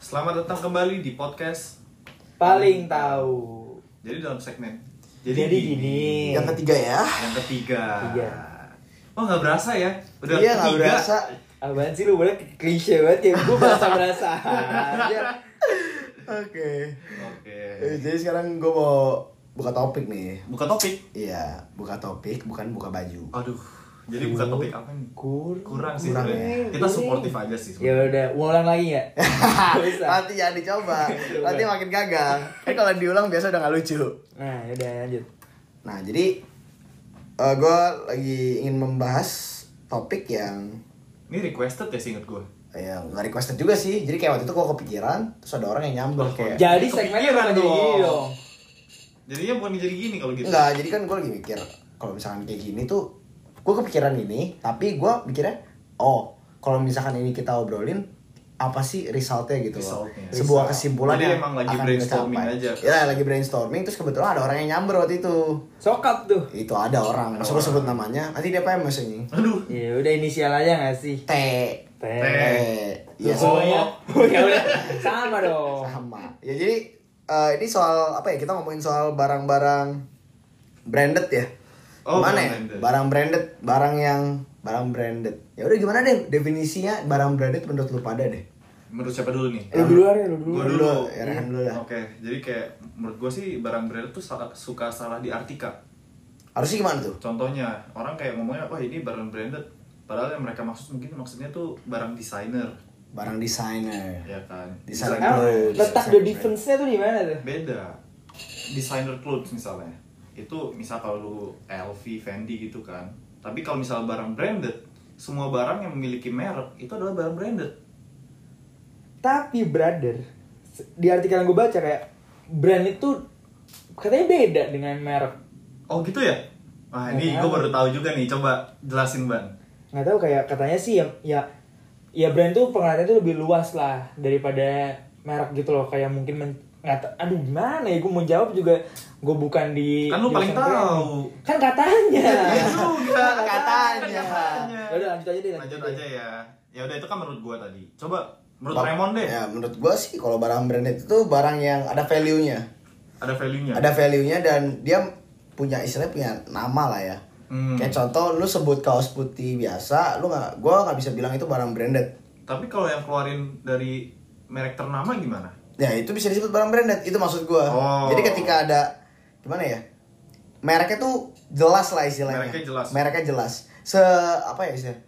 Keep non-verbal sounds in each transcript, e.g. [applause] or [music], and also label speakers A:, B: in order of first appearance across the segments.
A: Selamat datang kembali di podcast.
B: paling tahu.
A: Jadi dalam segmen.
B: Jadi, gini.
C: Yang ketiga ya.
A: Yang ketiga.
B: Tiga.
A: Oh nggak berasa ya? Udah
C: iya nggak
A: ketiga.
C: berasa.
B: Apaan sih lu boleh klise banget ya? Gue berasa-berasa aja.
C: Oke.
A: Oke.
C: Eh, Jadi sekarang gue mau buka topik nih.
A: Buka topik.
C: Iya, buka topik bukan buka baju.
A: Aduh. Jadi buka topik apa nih?
B: Kur.
A: Kurang sih
C: Iya. Kurang Iya.
A: sebenarnya.
B: ya.
A: Kita supportif aja sih.
B: Ya
A: sebenarnya.
B: udah, ulang lagi ya.
C: Ah,
B: Gak usah.
C: Nanti jangan [laughs] dicoba. Nanti makin gagal. Kan kalau diulang biasa udah nggak lucu.
B: Nah, udah lanjut.
C: Nah, jadi eh gue lagi ingin membahas topik yang
A: Ini requested ya sih inget gue.
C: ya nggak requested juga sih. Jadi kayak waktu itu gue kepikiran, terus ada orang yang nyambung kayak
B: Jadi
A: Kepikiran
B: segmennya bukan jadi
A: dong.
B: gini dong.
A: Jadinya bukan jadi gini kalau gitu.
C: Enggak, jadi kan gue lagi mikir kalau misalkan kayak gini tuh gue kepikiran ini, tapi gue mikirnya oh kalau misalkan ini kita obrolin apa sih resultnya gitu loh.
A: Resultnya.
C: Sebuah
B: Result.
C: kesimpulan
A: Jadi
C: yang
A: emang lagi
C: akan
A: brainstorming
C: dicapai.
A: aja.
C: Iya, lagi brainstorming terus kebetulan ada orang yang nyamber waktu itu.
B: Sokap tuh.
C: Itu ada
A: Ada
C: orang, masa gua
A: orang.
C: sebut namanya? Nanti dia PM maksudnya.
A: Aduh.
B: Ya udah inisial aja gak sih?
C: T.
B: T.
C: Eh, Iya,
A: Oh.
B: Semuanya. Ya udah, sama dong.
C: sama. Ya jadi eh, ini soal apa ya? Kita ngomongin soal barang-barang branded ya.
A: Oh,
C: Gimana
A: barang
C: ya?
A: branded.
C: Barang branded, barang yang barang branded. Ya udah gimana deh definisinya barang branded menurut lu pada deh.
A: Menurut siapa dulu nih?
B: Lu duluan ya, lu
A: Gua
B: duluan.
C: Lu
A: dulu.
C: dulu, ya, Rehan dulu dah.
A: Oke, jadi kayak menurut gue sih barang branded tuh salah- suka salah diartikan.
C: Harusnya gimana tuh?
A: Contohnya, orang kayak ngomongnya, wah ini barang branded. Padahal yang mereka maksud mungkin maksudnya tuh barang desainer,
C: Barang desainer.
A: ya kan?
C: Desainer
B: Emang
C: Lu,
B: letak the difference-nya tuh di mana tuh?
A: Beda. Desainer clothes misalnya. Itu misal kalau lu LV, Fendi gitu kan. Tapi kalau misal barang branded, semua barang yang memiliki merek itu adalah barang branded.
B: Tapi brother, se- di artikel yang gue baca kayak brand itu katanya beda dengan merek.
A: Oh gitu ya? Wah ini gue
B: Nggak tahu.
A: baru tahu juga nih, coba jelasin Ban.
B: Nggak tahu kayak katanya sih ya ya, ya brand tuh pengertiannya tuh lebih luas lah daripada merek gitu loh kayak mungkin men, nggak ta- aduh gimana ya gue mau jawab juga gue bukan di
A: Kan lu
B: di
A: paling
B: brand.
A: tahu.
B: kan katanya
A: Ya
B: [laughs]
A: juga,
C: katanya.
B: ya udah lanjut aja deh
A: lanjut
B: deh.
A: aja ya ya udah itu kan menurut gua tadi coba menurut
C: Ba-
A: Raymond deh
B: Iya.
C: Ya, menurut gua sih kalau barang branded itu barang yang ada value-nya.
A: ada value nya
C: Ada value-nya dan dia punya istilahnya punya nama lah ya.
A: Hmm.
C: Kayak contoh lu sebut kaos putih biasa, lu nggak gua nggak bisa bilang itu barang branded.
A: tapi kalau yang keluarin dari merek ternama gimana
C: Ya itu bisa disebut barang branded itu maksud gua.
A: Oh.
C: Jadi ketika ada gimana ya mereknya tuh jelas lah istilahnya.
A: Mereknya jelas.
C: Mereknya jelas. Se apa ya istilahnya?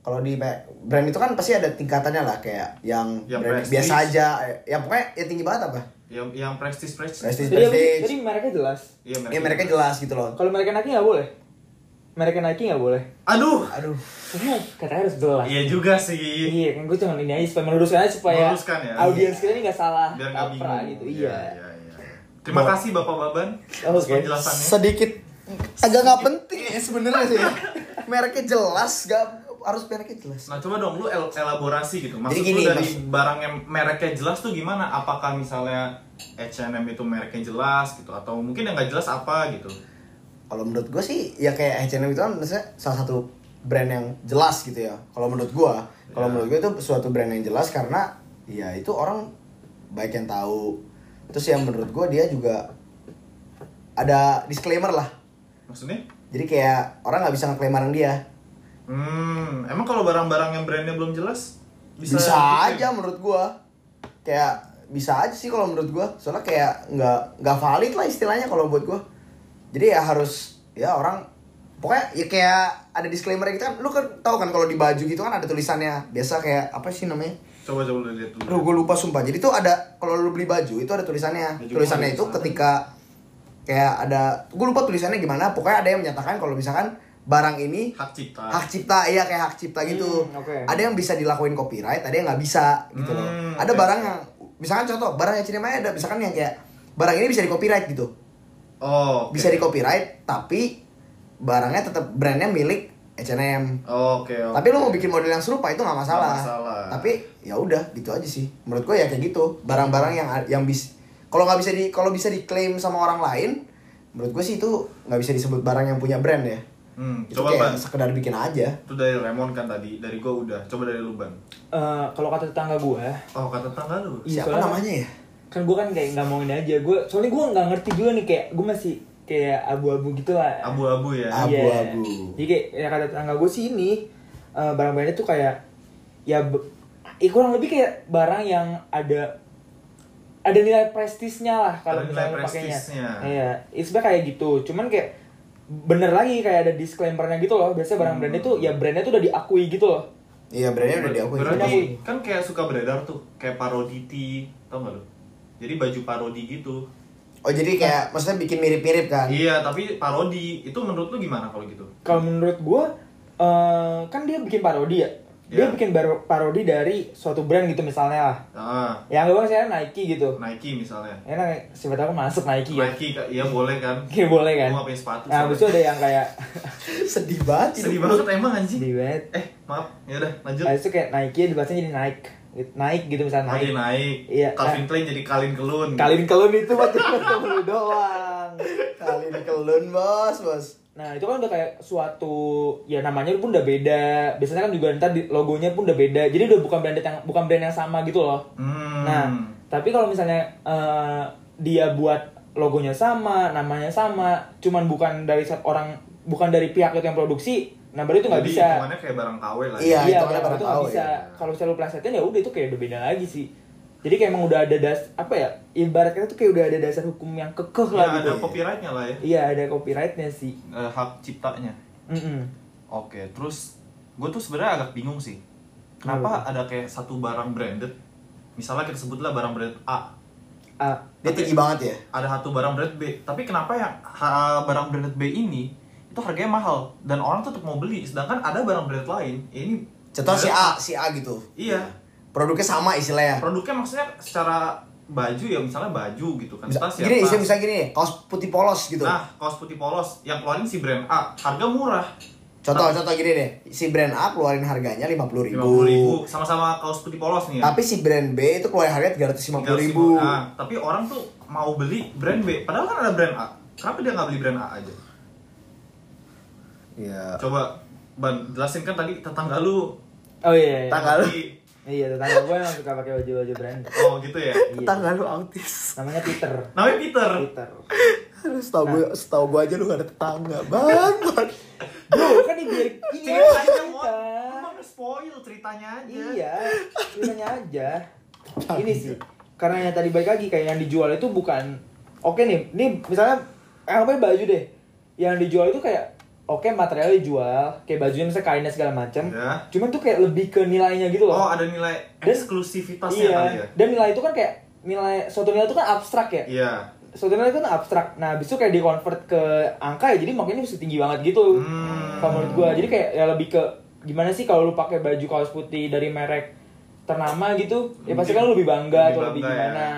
C: Kalau di me- brand itu kan pasti ada tingkatannya lah kayak yang,
A: Yang
C: brand
A: prestige.
C: biasa aja, eh, yang pokoknya ya tinggi banget apa?
A: yang yang prestis prestis
C: Prestige,
B: Iya, jadi, apa sih? jadi
C: prestige.
B: mereknya jelas
A: iya
C: Ya mereknya jelas gitu loh.
B: kalau mereknya Nike nggak boleh mereknya Nike nggak boleh
A: aduh
C: Aduh.
B: Karena katanya harus jelas
A: iya juga sih
B: Iya, kan gue cuma ini aja supaya meluruskan aja supaya
A: Meluruskan ya.
B: audiens kita ini nggak salah
A: biar nggak
B: kaprah
A: bingung
B: gitu.
A: Iya,
B: Iya.
A: iya, iya. terima kasih bapak baban atas
B: Oke.
A: penjelasannya
C: Sedikit agak nggak penting ya sebenarnya sih. mereknya jelas, gak harus mereknya jelas.
A: Nah coba dong lu el- elaborasi gitu Maksud
C: Jadi
A: lu
C: gini,
A: dari
C: maksud-
A: barang yang mereknya jelas tuh gimana? Apakah misalnya H&M itu mereknya jelas gitu? Atau mungkin yang nggak jelas apa gitu?
C: kalau menurut gue sih ya kayak H&M itu kan maksudnya salah satu brand yang jelas gitu ya kalau menurut gue kalau
A: Ya.
C: menurut gue itu suatu brand yang jelas karena ya itu orang baik yang tahu terus yang menurut gue dia juga ada disclaimer lah
A: Maksudnya?
C: jadi kayak orang nggak bisa ngeklaim barang dia
A: Hmm, emang kalau barang-barang yang brandnya belum jelas
C: bisa, gitu ya? aja menurut gue kayak bisa aja sih kalau menurut gue soalnya kayak nggak nggak valid lah istilahnya kalau buat gue jadi ya harus ya orang pokoknya ya kayak ada disclaimer gitu kan lu kan tahu kan kalau di baju gitu kan ada tulisannya biasa kayak apa sih namanya
A: Coba coba lu lihat dulu.
C: Aduh, gue lupa sumpah. Jadi tuh ada kalau lu beli baju itu ada tulisannya.
A: Baju
C: tulisannya
A: mahal,
C: itu
A: tulisannya.
C: ketika kayak ada gue lupa tulisannya gimana. Pokoknya ada yang menyatakan kalau misalkan barang ini
A: Hak cipta.
C: hak cipta iya kayak hak cipta gitu.
B: Hmm, oke.
C: Ada yang bisa dilakuin copyright, ada yang nggak bisa gitu loh.
A: Hmm,
C: Ada
A: oke.
C: barang yang misalkan contoh barang yang cinema ada misalkan yang kayak barang ini bisa di copyright gitu.
A: Oh, oke.
C: Bisa di copyright tapi barangnya tetap brandnya milik H&M.
A: Oh, Oke, oke.
C: Tapi lu mau bikin model yang serupa itu nggak masalah.
A: Nggak masalah.
C: Tapi ya udah gitu aja sih. Menurut gue ya kayak gitu. Barang-barang yang yang bis kalau nggak bisa di kalau bisa diklaim sama orang lain, menurut gue sih itu nggak bisa disebut barang yang punya brand ya.
A: Hmm,
C: Itu
A: coba,
C: kayak
A: Ban.
C: sekedar bikin aja
A: Itu dari Remon kan tadi, dari gua udah. Coba dari lu, Ban.
B: Eh, kalau kata tetangga gue
A: Oh, kata tetangga lu.
B: Iya,
C: siapa
B: soalnya-
C: namanya ya
B: kan gue kan kayak nggak mau ini aja gue soalnya gue nggak ngerti juga nih kayak gue masih kayak abu-abu gitu lah
A: Abu-abu ya.
C: Abu.
B: Iya.
C: abu-abu.
B: Jadi kayak ya kata tetangga gue sih ini eh, barang-barangnya tuh kayak ya, be- ya kurang lebih kayak barang yang ada ada nilai prestisnya lah kalau
A: Ada nilai
B: misalnya pakainya.
A: prestisnya.
B: Iya, it's back kayak gitu. Cuman kayak bener lagi kayak ada disclaimernya gitu loh. Biasanya barang brandnya tuh
A: Hmm.
B: ya brandnya tuh udah diakui gitu loh.
C: iya brandnya udah diakui
A: Berarti kan kayak suka beredar tuh, kayak parodi tee, tau gak lu? Jadi baju parodi gitu.
C: oh jadi kayak maksudnya bikin mirip-mirip kan
A: Iya, tapi parodi itu menurut lu gimana kalau gitu?
B: Kalau menurut gue eh, kan dia bikin parodi ya. Dia
A: Iya.
B: bikin baro- parodi dari suatu brand gitu misalnya lah.
A: Ah,
B: Ya anggap aja saya Nike gitu.
A: Nike misalnya.
B: Enak siapa tahu masuk Nike ya.
A: Nike, Kak. iya boleh kan?
B: Oke boleh kan?
A: Gua nggak punya sepatu,
B: Nah, habis itu ada yang kayak
C: [laughs]
B: [laughs]
C: sedih banget hidup
A: Sedih
C: lu. Iya.
A: banget emang anjing.
B: sedih banget.
A: Eh, maaf. Ya udah, lanjut.
B: Habis itu kayak Nike dibahasnya jadi naik. Naik gitu misalnya
A: Tadi
B: naik.
A: naik.
B: Iya.
C: kan?
A: Calvin Klein jadi Kalin Kelun.
B: Kalin kelun itu buat [laughs] temen lu doang.
C: kali ini kelun bos bos
B: Nah, itu kan udah kayak suatu ya namanya pun udah beda. Biasanya kan juga ntar di- logonya pun udah beda. Jadi udah bukan brand yang bukan brand yang sama gitu loh.
A: Hmm.
B: Nah, tapi kalau misalnya eh, dia buat logonya sama, namanya sama, cuman bukan dari sat- orang bukan dari pihak itu yang produksi, nah baru itu nggak
A: Jadi
B: bisa.
A: hitungannya kayak barang KW lah.
C: Iya.
A: ya.
B: iya,
C: itu
B: barang
C: kan baru
B: itu nggak
C: tahu
B: bisa.
C: ya.
B: Kalau misalnya lu pelasetin ya udah itu kayak udah beda lagi sih. Jadi kayak emang udah ada das apa ya? Ibaratnya tuh kayak udah ada dasar hukum yang kekeh
A: Ya,
B: lah gitu.
A: ada copyrightnya lah ya.
B: Iya, ada copyrightnya sih.
A: Eh, hak ciptanya.
B: Mm-mm.
A: Oke, terus gue tuh sebenarnya agak bingung sih. Kenapa ada kayak satu barang branded? Misalnya kita sebutlah barang branded A,
B: Ah,
C: dia tinggi banget ya
A: ada satu barang branded B. Tapi kenapa yang ha- barang branded B ini itu harganya mahal dan orang tetap mau beli, sedangkan ada barang branded lain ya ini
C: contoh si
A: branded
C: A si A gitu
A: Iya.
C: produknya sama ya? istilahnya
A: Produknya maksudnya secara baju ya misalnya baju gitu kan.
C: bisa,
A: Tas ya
C: gini
A: tas.
C: bisa bisa gini kaos putih polos gitu
A: Nah, kaos putih polos yang keluarin si brand A, harga murah.
C: contoh contoh gini deh si brand A keluarin harganya lima puluh
A: lima
C: ribu,
A: ribu sama-sama kaos putih polos nih ya.
C: tapi si brand B itu keluarin harganya tiga ratus lima puluh ribu
A: Nah, tapi orang tuh mau beli brand B, padahal kan ada brand A. Kenapa dia nggak beli brand A aja?
C: Iya.
A: Coba ban jelasin kan tadi tetangga lu.
B: oh iya. iya.
C: Tetangga lu.
A: Tapi-
B: Iya, tetangga gue emang suka pakai baju-baju brand.
A: Oh gitu ya.
B: Iya.
C: tetangga lu autis [laughs]
B: Namanya Peter.
A: Namanya Peter.
B: Peter.
C: setahu gue setahu gue aja lu gak ada tetangga banget
B: Bro, kan ini biar ini
A: Cerita
C: Iya,
A: aja
B: cerita.
A: Mon. Emang spoil ceritanya aja.
B: Iya, ceritanya aja. Ini sih, karena yang tadi balik lagi kayak yang dijual itu bukan oke nih, nih misalnya eh, apa ya, baju deh, yang dijual itu kayak oke materialnya dijual, kayak bajunya misalnya kainnya segala macam,
A: Ya.
B: cuman tuh kayak lebih ke nilainya gitu
A: Oh
B: loh.
A: ada nilai
B: Dan-
A: eksklusivitasnya
B: iya.
A: kali ya.
B: Dan nilai itu kan kayak nilai suatu nilai itu kan abstrak ya.
A: Iya.
B: Suatu nilai itu kan abstrak. Nah, habis itu kayak di-convert ke angka ya, jadi makanya bisa tinggi banget gitu.
A: Hmm.
B: Kalau menurut gua, jadi kayak ya lebih ke gimana sih kalau lu pakai baju kaos putih dari merek ternama gitu, ya pasti kan lu lebih bangga
A: Lebih
B: atau lebih
A: bangga, ya.
B: gimana.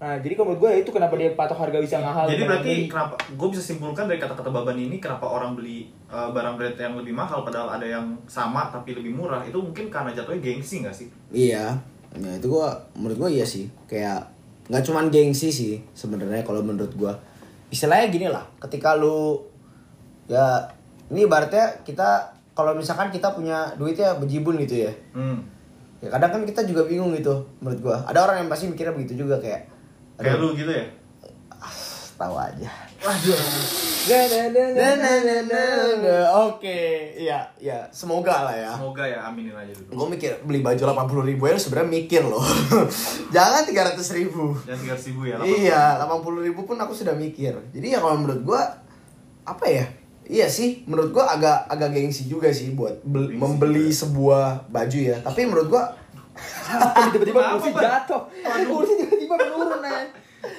B: Nah, jadi kalau menurut gua ya itu kenapa dia patok harga bisa mahal.
A: Jadi
B: dibanding
A: berarti
B: beli.
A: kenapa gue bisa simpulkan dari kata-kata Baban ini kenapa orang beli uh, barang brand yang lebih mahal padahal ada yang sama tapi lebih murah itu mungkin karena jatuhnya gengsi nggak sih?
C: iya ya itu gue menurut gue iya sih kayak nggak cuman gengsi sih sebenarnya kalau menurut gue istilahnya gini lah ketika lu ya ini ibaratnya kita kalau misalkan kita punya duit ya bejibun gitu ya
A: Hmm.
C: ya kadang kan kita juga bingung gitu menurut gue ada orang yang pasti mikirnya begitu juga kayak
A: Kayak lu gitu ya?
C: tahu aja
B: Da, da, da, da,
C: Nah,
B: da.
C: nah, nah, nah, nah. oke iya iya semoga lah ya
A: Semoga ya aminin aja dulu.
C: gue mikir beli baju 80 ribu ya sebenarnya mikir loh [laughs] jangan 300 ribu
A: Jangan tiga ribu ya.
C: iya 80 ribu pun aku sudah mikir jadi ya kalau menurut gue apa ya iya sih menurut gue agak agak gengsi juga sih buat bel-
A: Gengsi
C: membeli sebuah baju ya tapi menurut gue
B: Ah, tiba-tiba
A: Kenapa,
B: kursi
A: Bang?
B: jatuh. Kursi tiba-tiba menurun eh.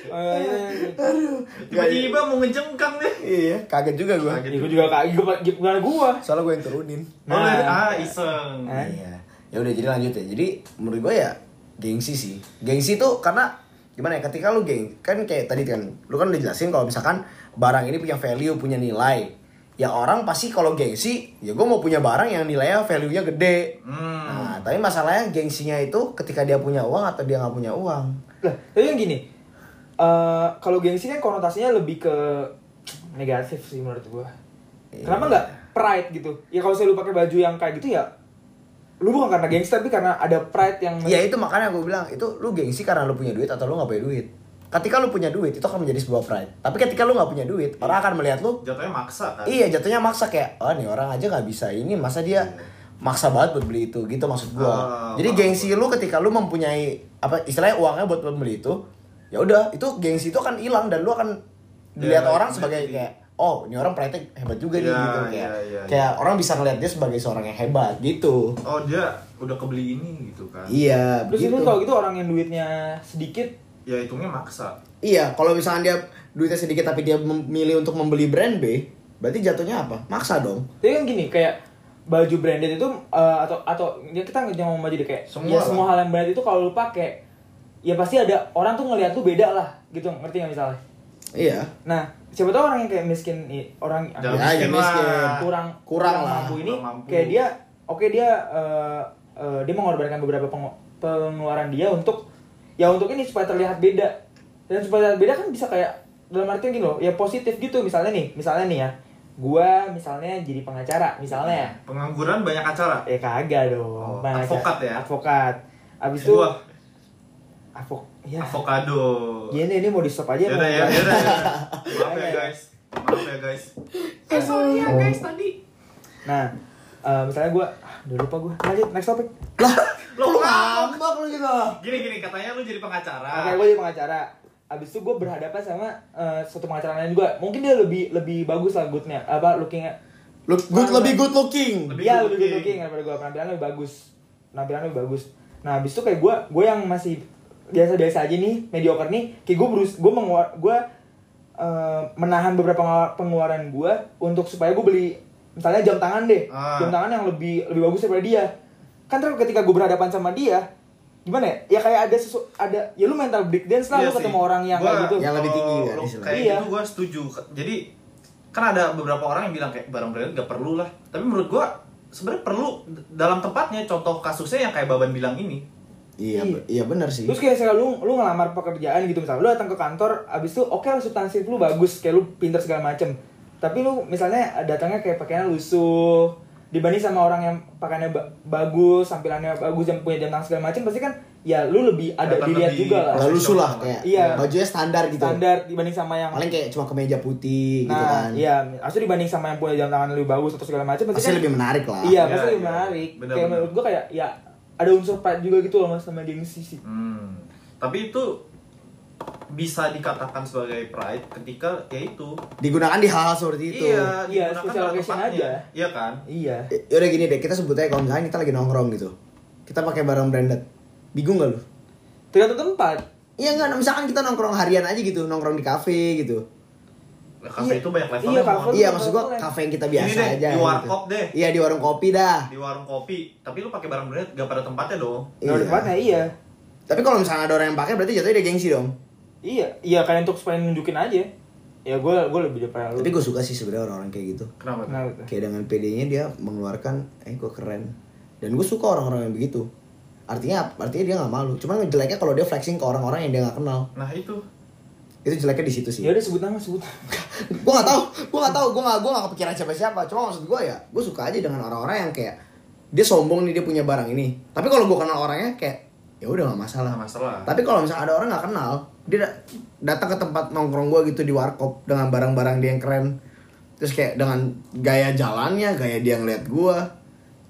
B: Eh,
A: Gitu.
B: iya.
A: Tiba-tiba mau ngejengkang deh.
C: iya kaget juga gue
A: Kaget.
B: Ya, gua juga kayak gua gimana gua.
C: soalnya gue yang turunin
B: Nah.
A: Oleh ah iseng.
B: Eh.
C: Iya. Ya udah jadi lanjut ya. Jadi menurut gue ya gengsi sih. Gengsi tuh karena gimana ya ketika lu geng kan kayak tadi kan lu kan udah jelasin kalau misalkan barang ini punya value, punya nilai. Ya orang pasti kalau gengsi, ya gue mau punya barang yang nilainya value-nya gede.
A: Hmm.
C: Nah, tapi masalahnya gengsinya itu ketika dia punya uang atau dia nggak punya uang.
B: Lah, tapi yang gini. eh
A: Iya.
B: kalau gengsi kan konotasinya lebih ke negatif sih menurut gua. Kenapa nggak pride gitu ya kalau saya lu pakai baju yang kayak gitu ya lu bukan karena gangster tapi karena ada pride yang
C: Ya
A: Iya,
C: itu makanya gue bilang itu lu gengsi karena lu punya duit atau lu nggak punya duit. Ketika lu punya duit itu akan menjadi sebuah pride. Tapi ketika lu nggak punya duit orang akan melihat lu
A: Jatuhnya maksa kan?
C: iya jatuhnya maksa kayak oh nih orang aja nggak bisa ini masa dia maksa banget buat beli itu gitu maksud gua.
A: Iya. Ah,
C: Jadi
A: paham.
C: gengsi lu ketika lu mempunyai apa istilahnya uangnya buat beli itu ya udah itu gengsi itu akan hilang dan lu akan dilihat
A: Ya,
C: orang sebagai
A: jadi-
C: kayak oh ini orang pride hebat juga nih
A: Ya,
C: gitu kayak
A: ya, ya,
C: kayak orang bisa ngeliat dia sebagai seorang yang hebat gitu.
A: Oh dia udah kebeli ini gitu kan?
C: Iya,
B: terus itu kalau gitu orang yang duitnya sedikit
A: Ya hitungnya maksa.
C: Iya, kalau misalkan dia duitnya sedikit tapi dia memilih untuk membeli brand B, berarti jatuhnya apa? Maksa dong.
B: tapi kan gini kayak baju branded itu eh, atau atau ya kita nggak ngomong baju deh kayak
A: Semua
B: ya
A: lah.
B: semua hal yang branded itu kalau lu pakai ya pasti ada orang tuh ngelihat lu beda lah gitu ngerti nggak misalnya
C: Iya.
B: nah siapa tahu orang yang kayak miskin i- orang
A: Jangan
C: Ya, ya, miskin.
A: lah.
B: Iya, kurang
C: Kurang lah,
B: mampu ini
A: kurang mampu.
B: kayak dia oke dia eh, eh, dia mengorbankan beberapa pengu- pengeluaran dia untuk ya untuk ini supaya terlihat beda dan supaya terlihat beda kan bisa kayak dalam artian gini loh ya positif gitu misalnya nih misalnya nih ya gua misalnya jadi pengacara misalnya
A: Pengangguran banyak acara.
B: ya kagak dong
A: Oh,
B: Pengacara-
A: advokat ya?
B: advokat abis itu
A: Dua
B: advok ya
A: avocado.
B: ya ini, ini mau di stop aja
A: Yaudah ya,
B: mau-
A: yaudah
B: [laughs]
A: ya. Maaf ya guys. Maaf ya guys. Eh sorry
B: Oh.
A: ya guys tadi.
B: nah eh, misalnya gua ah, udah lupa gua lanjut next topic
A: Lo ngambek.
C: ngambek lu gitu.
A: Gini gini katanya lu jadi
B: Oke,
A: pengacara.
B: gue jadi pengacara. Abis itu gue berhadapan sama eh, satu pengacara lain juga. Mungkin dia lebih lebih bagus lah goodnya, apa lookingnya.
C: Look good lebih good looking.
A: Lebih
B: Dia
A: good
B: lebih good
A: looking.
B: looking Iya, daripada gue. Penampilannya lebih bagus. Penampilannya lebih bagus. Nah, abis itu kayak gue, gue yang masih biasa-biasa aja nih, mediocre nih. Kayak gue berus, gue menguar, gue eh, menahan beberapa pengeluar- pengeluaran gue untuk supaya gue beli misalnya jam tangan deh,
A: Ah.
B: jam tangan yang lebih lebih bagus daripada dia. Kan terus ketika gue berhadapan sama dia, gimana ya? Ya kayak ada sesu, ada ya lu mental breakdown selalu
A: Iya sih.
B: ketemu orang yang
A: Gua-
B: kayak gitu.
C: Yang lebih tinggi
A: kalau
C: kan,
A: lu
C: istilahnya.
A: Kayak
B: Iya.
A: gitu gue setuju. Jadi kan ada beberapa orang yang bilang kayak barang branded gak perlu lah. Tapi menurut gue sebenarnya perlu D- dalam tempatnya. Contoh kasusnya yang kayak Baban bilang ini.
C: Iya, be- iya benar sih.
B: Terus kayak misalnya lu, lu ngelamar pekerjaan gitu misalnya, lu datang ke kantor, abis itu oke lah substansi lu bagus, kayak lu pinter segala macem. Tapi lu misalnya datangnya kayak pakaiannya lusuh, dibanding sama orang yang pakaiannya ba- bagus, tampilannya bagus, yang punya jam tangan segala macem, pasti kan ya lu lebih ada
A: Kelihatan
B: dilihat
A: lebih
B: juga lah.
C: Lalu lusuh lah kayak.
B: Iya.
C: Bajunya standar gitu.
B: Standar dibanding sama yang
C: Paling kayak cuma kemeja putih gitu
B: nah
C: kan.
B: iya, maksudnya dibanding sama yang punya jam tangan lebih bagus atau segala macem, pasti
C: Pasti
B: kan
C: lebih menarik lah.
B: iya
A: Iya,
B: pasti lebih
A: iya.
B: menarik.
A: Benar,
B: kayak
A: benar.
B: menurut gua kayak ya ada unsur pride juga gitu loh mas sama gengsi sih.
A: Hmm. Tapi itu bisa dikatakan sebagai pride ketika ya itu
C: Digunakan di hal-hal seperti itu.
A: iya
B: Iya,
A: digunakan
B: special
A: dalam
B: occasion
A: tempatnya.
B: aja.
A: iya kan
B: Iya.
C: Y- Yaudah gini deh, kita sebut aja kalau misalnya kita lagi nongkrong gitu. Kita pakai barang branded. Bingung gak lu?
B: Tergantung tempat.
C: Iya enggak, misalkan kita nongkrong harian aja gitu, nongkrong di kafe gitu.
A: Nah, kafe
B: Iya.
A: itu banyak levelnya
B: Iya,
A: mau
B: kafe
A: ngambil.
C: iya, maksud gua
B: nongkrong-
C: kafe yang kita biasa
A: Ini deh,
C: aja.
A: di
C: gitu.
A: warkop deh.
C: Iya, di warung kopi dah.
A: di warung kopi tapi lu pakai barang branded gak pada tempatnya dong
B: Nah,
C: Iya.
B: tempatnya iya.
C: Tapi kalau misalnya ada orang yang pakai berarti jatuhnya dia gengsi dong.
B: Iya, iya kayak untuk supaya nunjukin aja. Ya gue gue lebih depan lu.
C: Tapi gue suka sih sebenarnya orang-orang kayak gitu.
A: kenapa tuh?
B: Nah, gitu.
C: Kayak dengan PD-nya dia mengeluarkan, eh gue keren. Dan gue suka orang-orang yang begitu. Artinya ap- artinya dia nggak malu. Cuman jeleknya kalau dia flexing ke orang-orang yang dia nggak kenal.
A: nah itu
C: Itu jeleknya di situ sih.
B: Ya
C: [laughs]
B: udah sebut nama sebut.
C: gue nggak tahu, gue nggak tahu, gue nggak gue nggak kepikiran siapa-siapa. Cuma maksud gue ya, gue suka aja dengan orang-orang yang kayak dia sombong nih dia punya barang ini. Tapi kalau gue kenal orangnya kayak ya udah nggak masalah.
A: nggak Nah, masalah
C: Tapi kalau misalnya ada orang nggak kenal, dia da- datang ke tempat nongkrong gue gitu di warkop dengan barang-barang dia yang keren, terus kayak dengan gaya jalannya, gaya dia ngeliat gue,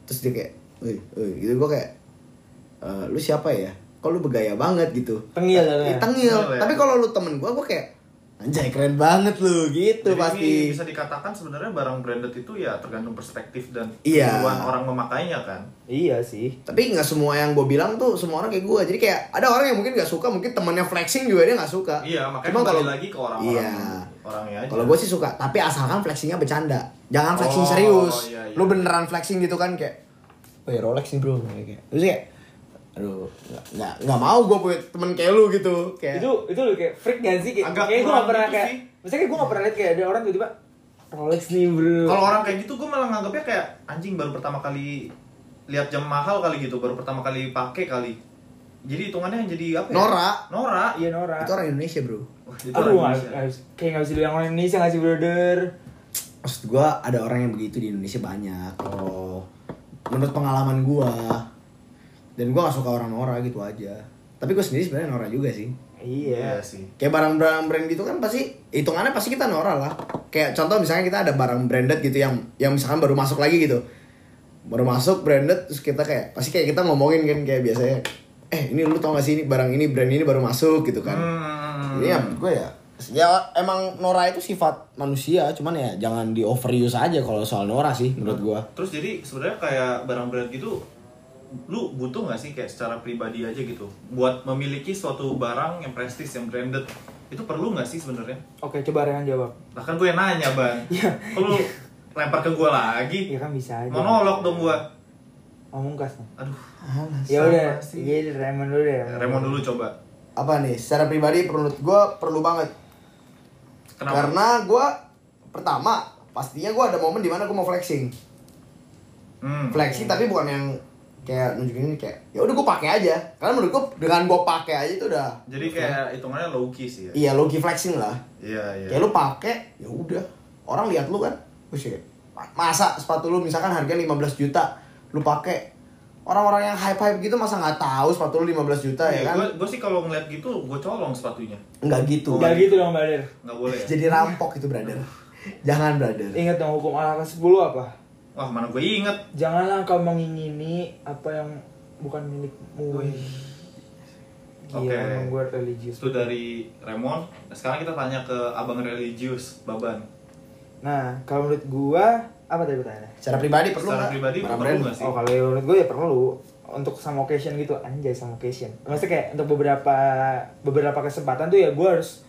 C: terus dia kayak, "Wih, wih," gitu gue kayak, "Eh, lu siapa ya? Kok lu bergaya banget gitu?
B: Tengil
C: Ih,
B: ya.
C: tengil.
A: Tengil ya.
C: Tapi kalau lu temen gue, gue kayak, anjay keren banget lu gitu
A: Jadi
C: pasti.
A: ini bisa dikatakan sebenarnya barang branded itu ya tergantung perspektif dan
C: Iya.
A: kebutuhan orang memakainya kan
B: Iya sih.
C: tapi nggak semua yang gue bilang tuh semua orang kayak gue jadi kayak ada orang yang mungkin nggak suka mungkin temennya flexing juga dia nggak suka
A: iya makanya
C: Cuma
A: kembali
C: kalau
A: lagi ke orang-orang
C: iya.
A: orangnya aja
C: Kalau gue sih suka, tapi asalkan flexingnya bercanda. Jangan flexing
A: Oh,
C: serius.
A: iya, iya.
C: Lu beneran flexing gitu kan kayak, "Woi, Rolex nih, Bro." Kayak. Terus kayak, "Aduh, nggak- nggak nggak mau gue punya temen kayak lu gitu." Kayak
B: Itu itu lu kayak freak gak sih? Kayak,
A: Agak
B: kayak gue
A: kurang
B: gak pernah
A: gitu
B: kayak.
A: sih.
B: Maksudnya kayak gue gak pernah liat kayak ada orang tiba-tiba Rolex nih bro.
A: kalau orang kayak gitu gue malah nganggapnya kayak anjing baru pertama kali lihat jam mahal kali gitu baru pertama kali pakai kali jadi hitungannya jadi apa ya?
C: Nora.
A: Nora
B: Iya Nora.
C: itu orang Indonesia, Bro.
A: Wah, itu
B: Aduh,
A: orang
B: nggak-
A: Indonesia.
B: nggak bisa- kayak gak bisa bilang orang Indonesia gak sih brother.
C: maksud gua ada orang yang begitu di Indonesia banyak kalau menurut pengalaman gua dan gua gak suka orang Nora gitu aja tapi gua sendiri sebenarnya Nora juga sih
A: Iya
B: Iya.
A: sih.
C: kayak barang-barang brand gitu kan pasti hitungannya pasti kita norak lah kayak contoh misalnya kita ada barang branded gitu yang yang misalkan baru masuk lagi gitu baru masuk branded terus kita kayak pasti kayak kita ngomongin kan kayak biasanya eh ini lu tau gak sih ini barang ini brand ini baru masuk gitu kan
A: Hmm.
C: ini ya menurut gue ya ya emang Nora itu sifat manusia cuman ya jangan di overuse aja kalau soal Nora sih menurut gue
A: Terus jadi sebenarnya kayak barang brand gitu lu butuh nggak sih kayak secara pribadi aja gitu buat memiliki suatu barang yang prestis yang branded itu perlu nggak sih sebenarnya?
B: Oke, coba Rehan jawab.
A: Lah kan gue yang nanya ban. Kok lu lempar ke gue lagi.
B: Iya kan bisa aja.
A: Monolog dong gue.
B: Ngomong kas. kan?
A: Aduh.
B: Ya udah,
A: sih.
B: iya Raymond dulu deh.
A: Remon dulu coba.
C: apa nih secara pribadi menurut gue perlu banget
A: Kenapa?
C: karena gue pertama pastinya gue ada momen dimana gue mau flexing
A: Hmm.
C: flexing tapi bukan yang kayak nunjukin kayak ya udah gue pakai aja karena menurut gue dengan gue pakai aja itu udah
A: Jadi kayak hitungannya low key sih ya.
C: gitu kan. iya lo key flexing lah
A: Iya, iya.
C: kayak lu pakai ya udah orang lihat lu kan Buset. Ma- masa sepatu lu misalkan harga 15 juta lu pakai orang-orang yang hype hype gitu masa nggak tahu sepatu lu 15 juta ya kan
A: Gue gue Iya, sih kalau ngeliat gitu gue colong sepatunya.
C: nggak gitu
B: Udah gitu dong, Badir.
A: Nggak boleh. Ya?
C: jadi rampok itu brother jangan brother
A: Iya.
B: Ingat dong hukum Allah ke-10 apa?
A: Wah, mana gue inget.
B: Janganlah kau mengingini apa yang bukan milikmu.
A: Wih.
B: Oke.
A: Oke.
B: Iya, emang gue religius.
A: Itu dari Remon. Nah, sekarang kita tanya ke abang religius Baban.
B: Nah, kalau menurut gua apa tadi pertanyaannya?
C: secara pribadi perlu
A: Secara
C: nggak?
A: pribadi
C: Barang
A: perlu
C: brand.
A: nggak sih?
B: Oh kalau menurut gue ya perlu untuk sama occasion gitu anjay sama occasion. Maksudnya kayak untuk beberapa beberapa kesempatan tuh ya gue harus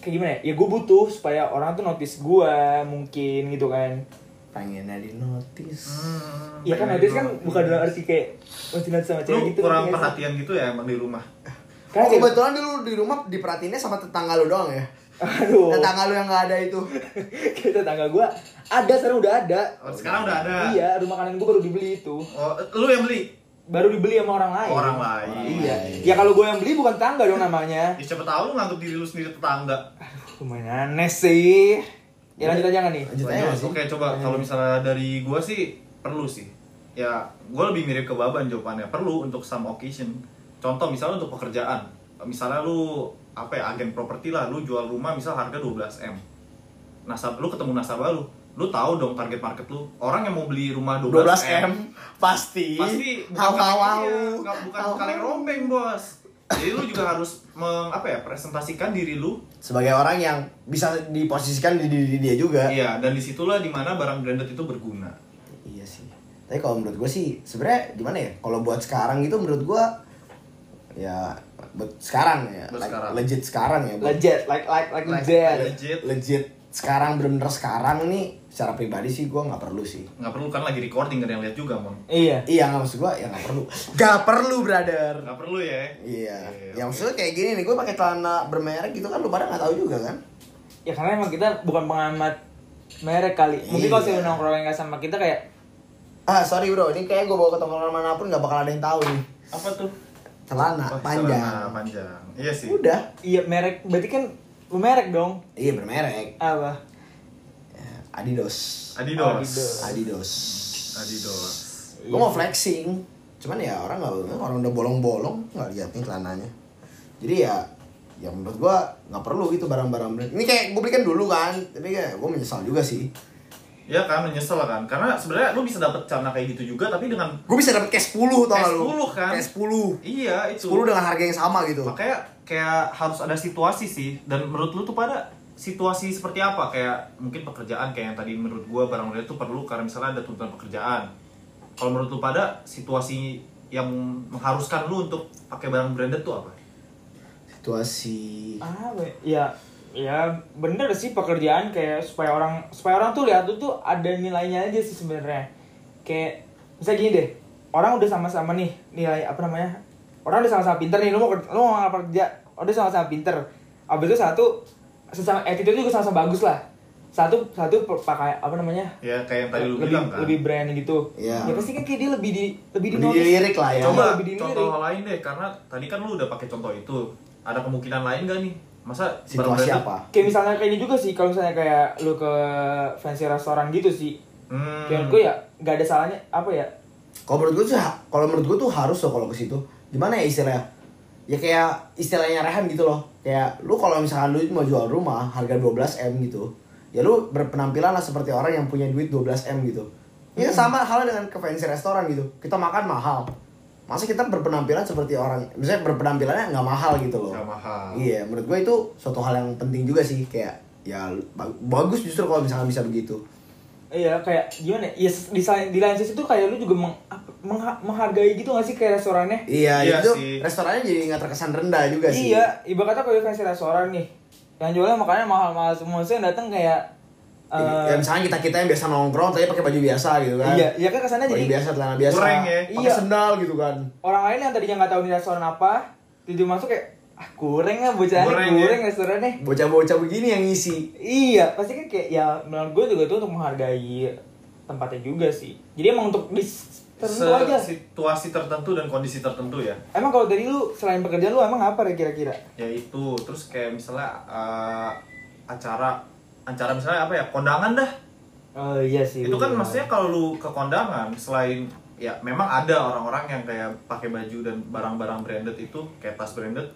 B: kayak gimana ya? Ya gue butuh supaya orang tuh notice gue mungkin gitu kan.
C: pengennya di notice
A: Hmm,
B: Iya kan
A: pengen
B: notice kan
A: dulu.
B: bukan dalam arti kayak masih notice sama
A: Lu
B: cewek gitu.
A: kurang
B: ngerti nggak sih?
A: perhatian gitu ya emang di rumah.
B: Kan
C: Oh,
B: kayak-
C: kebetulan dulu di rumah diperhatiinnya sama tetangga lu doang ya?
B: [laughs] aduh.
C: Tetangga lu yang nggak ada itu.
B: Kayak tetangga gue ada sekarang udah ada.
A: Oh, sekarang udah ada.
B: Iya rumah kanan gue baru dibeli itu.
A: Oh, lu yang beli?
B: Baru dibeli sama orang lain.
A: Orang lain.
B: Iya. Ya kalau gue yang beli bukan tangga dong namanya.
A: Ya, siapa tahu lu nganggap diri lu sendiri tetangga.
B: Lumayan aneh sih. Ya lanjut aja nggak nih?
C: Lanjut aja nggak sih?
A: Oke, Iya, coba kalau misalnya dari gua sih perlu sih. Ya, gua lebih mirip ke Baban jawabannya. Perlu untuk some occasion. Contoh misalnya untuk pekerjaan. Misalnya lu apa ya, agen properti lah, lu jual rumah misal harga 12M. Nasab lu ketemu nasabah lu, lu tahu dong target market lu. Orang yang mau beli rumah 12M,
C: 12M pasti.
A: pasti bukan
C: hawau-hawau.
A: kaleng- iya, bukan
C: Hawau.
A: kaleng rombeng, Bos. Jadi lu juga harus meng, apa ya, presentasikan diri lu
C: Sebagai orang yang bisa diposisikan di diri dia juga.
A: Iya, dan disitulah dimana barang branded itu berguna.
C: Iya sih. Tapi kalau menurut gue sih sebenarnya gimana ya? Kalau buat sekarang gitu menurut gue ya buat sekarang ya.
A: Buat
C: like,
A: sekarang.
C: Legit sekarang ya. buat-
B: Legit, like like like
A: Like,
B: legit.
A: legit.
C: Legit sekarang bener-bener sekarang nih secara pribadi sih gue nggak perlu sih.
A: Nggak perlu kan lagi recording, gak ada yang lihat juga, Mon.
B: Iya.
C: Iya nggak maksud gue ya nggak perlu. Gak perlu brother.
A: Nggak perlu ya.
C: Iya.
A: Iya,
C: Yang maksudnya kayak gini nih, gue pakai celana bermerek gitu kan lu pada nggak tahu juga kan?
B: Ya karena emang kita bukan pengamat merek kali. Mungkin kalau
C: Iya.
B: saya nongkrong yang nggak sama kita kayak
C: Ah sorry bro, ini kayak gue bawa ke tongkrongan manapun nggak bakal ada yang tahu nih.
A: Apa tuh?
C: Celana
A: Oh,
C: panjang.
A: celana panjang. Iya sih.
C: Udah.
B: iya merek berarti kan merek dong.
C: Iya bermerek.
B: Apa?
C: Adidas.
A: Adidas.
B: Adidas.
C: Adidas.
A: Adidas.
C: Gue mau flexing. Cuman ya orang nggak orang udah bolong-bolong nggak lihat nih celananya. Jadi ya ya menurut gue nggak perlu gitu barang-barang brand. ini kayak gue belikan dulu kan tapi kayak gue menyesal juga sih
A: Ya kan menyesal kan. Karena sebenarnya lu bisa dapet celana kayak gitu juga tapi dengan
C: gue bisa dapet cash 10 tau gak lu
A: Cash 10 kan?
C: cash 10
A: iya itu.
C: 10 dengan harga yang sama gitu
A: Makanya kayak harus ada situasi sih. Dan menurut lu tuh pada situasi seperti apa? Kayak mungkin pekerjaan kayak yang tadi menurut gua barang branded itu perlu karena misalnya ada tuntutan pekerjaan. Kalau menurut lu pada situasi yang mengharuskan lu untuk pakai barang branded tuh apa?
C: situasi
B: Apa? Ya ya bener sih pekerjaan kayak supaya orang supaya orang tuh lihat tuh tuh ada nilainya aja sih sebenarnya kayak misalnya gini deh orang udah sama-sama nih nilai apa namanya orang udah sama-sama pinter nih lu mau kerja, lu mau ngelamar kerja udah sama-sama pinter abis itu satu sesama attitude juga sama-sama bagus lah satu satu per- pakai apa namanya
A: Ya kayak yang tadi lu
B: lebih
A: bilang kan.
B: lebih brand gitu
C: Iya.
B: ya pasti kan kayak dia lebih di lebih di
C: Lebih dilirik lah ya.
B: coba
A: Coba
B: lebih dilirik
A: contoh lain deh karena tadi kan lu udah pakai contoh itu. Ada kemungkinan lain gak nih? masa
C: Situasi
A: barang-barang itu-
C: apa?
B: Kayak misalnya kayak ini juga sih, kalau misalnya kayak lu ke fancy restoran gitu sih.
A: Hmm.
B: Kayak gue ya, gak ada salahnya, apa ya?
C: Kalau menurut gue tuh, kalau menurut gue tuh harus loh kalau ke situ. Gimana ya istilahnya? Ya kayak istilahnya Rehan gitu loh. Kayak lu kalau misalkan lu mau jual rumah harga 12 m gitu, ya lu berpenampilan lah seperti orang yang punya duit 12 m gitu. Ya
A: Hmm.
C: sama halnya dengan ke fancy restoran gitu. Kita makan mahal. Masa kita berpenampilan seperti orang, misalnya berpenampilannya nggak mahal gitu loh.
A: Nggak mahal.
C: Iya, menurut gue itu suatu hal yang penting juga sih. Kayak ya ba- bagus justru kalau misalkan bisa begitu.
B: Iya, kayak gimana ya? Yes, di, sa- di lain sisi tuh kayak lu juga meng, apa- mengha- menghargai gitu gak sih kayak restorannya?
C: Iya,
A: Iya
C: itu
A: sih.
C: restorannya jadi nggak terkesan rendah juga sih.
B: Iya, iba kata kalau fancy restoran nih, yang jualnya makannya mahal-mahal semua, sih yang datang kayak eh,
C: ya misalnya kita kita yang biasa nongkrong tapi pakai baju biasa gitu kan
B: Iya, iya kan kesannya
C: baju
B: jadi
C: biasa celana biasa
A: Kurang ya.
C: pakai
B: Iya.
C: sendal gitu kan
B: orang lain yang tadinya nggak tahu ini restoran apa, tiba masuk kayak ah kurang lah bocah
A: Goreng
B: kurang,
A: ya.
B: kurang restorannya.
C: bocah-bocah begini yang ngisi
B: Iya, pasti kan kayak ya menurut gue juga itu untuk menghargai tempatnya juga sih. Jadi emang untuk di s-
A: Se-
B: tertentu aja.
A: situasi tertentu dan kondisi tertentu ya
B: Emang kalau dari lu selain pekerjaan lu emang apa ya kira-kira?
A: yaitu terus kayak misalnya eh, acara acara misalnya apa ya kondangan dah
B: Oh iya sih.
A: itu kan
B: bener.
A: maksudnya kalau lu ke kondangan selain ya memang ada orang-orang yang kayak pakai baju dan barang-barang branded itu kayak tas branded